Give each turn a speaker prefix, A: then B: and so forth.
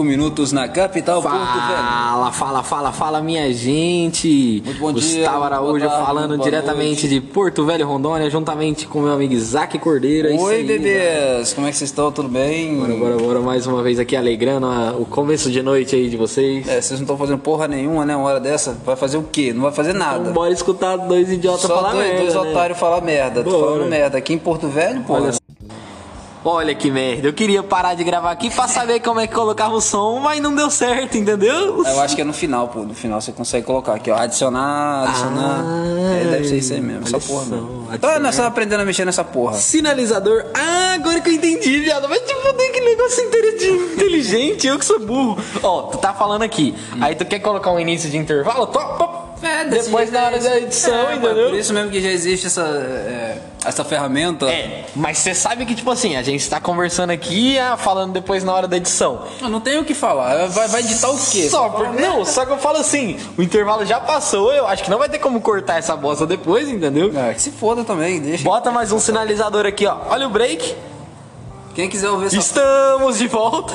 A: minutos na capital Porto Velho.
B: Fala, fala, fala, fala, minha gente.
A: Muito bom dia,
B: Gustavo
A: muito
B: Araújo
A: boa tarde,
B: falando
A: boa
B: diretamente de Porto Velho, Rondônia, juntamente com meu amigo Isaac Cordeiro. É isso
A: Oi,
B: aí, né?
A: bebês, como é que vocês estão? Tudo bem?
B: Bora, bora, bora, mais uma vez aqui alegrando a- o começo de noite aí de vocês.
A: É, vocês não estão fazendo porra nenhuma, né? Uma hora dessa, vai fazer o quê? Não vai fazer nada.
B: Então, bora escutar dois idiotas
A: Só
B: falar
A: dois,
B: merda,
A: dois
B: né?
A: otários falar merda. Tô
B: Bora.
A: falando merda. Aqui em Porto Velho, pô.
B: Olha só. Olha que merda, eu queria parar de gravar aqui pra saber como é que colocava o som, mas não deu certo, entendeu?
A: Eu acho que é no final, pô. No final você consegue colocar aqui, ó. Adicionar, adicionar.
B: Ai,
A: é, deve ser isso aí mesmo, essa
B: Ah, olha
A: porra
B: só,
A: mesmo.
B: adicionar.
A: Ah, nós estamos aprendendo a mexer nessa porra.
B: Sinalizador. Ah, agora que eu entendi, viado. Mas tipo, tem que negócio inte- de inteligente, eu que sou burro. Ó, tu tá falando aqui. Aí tu quer colocar um início de intervalo? Tó, pó,
A: É, desse
B: depois
A: jeito
B: na
A: é
B: hora
A: isso.
B: da edição,
A: É, mano,
B: entendeu?
A: Por isso mesmo que já existe essa, é, essa ferramenta.
B: É, mas você sabe que, tipo assim, a gente tá conversando aqui, ah, falando depois na hora da edição.
A: Eu não tenho o que falar. Vai, vai editar o quê?
B: Só por... Não, só que eu falo assim, o intervalo já passou, eu acho que não vai ter como cortar essa bosta depois, entendeu?
A: Ah, que se foda também, deixa.
B: Bota mais um sinalizador aqui, ó. Olha o break.
A: Quem quiser ouvir essa
B: Estamos de volta.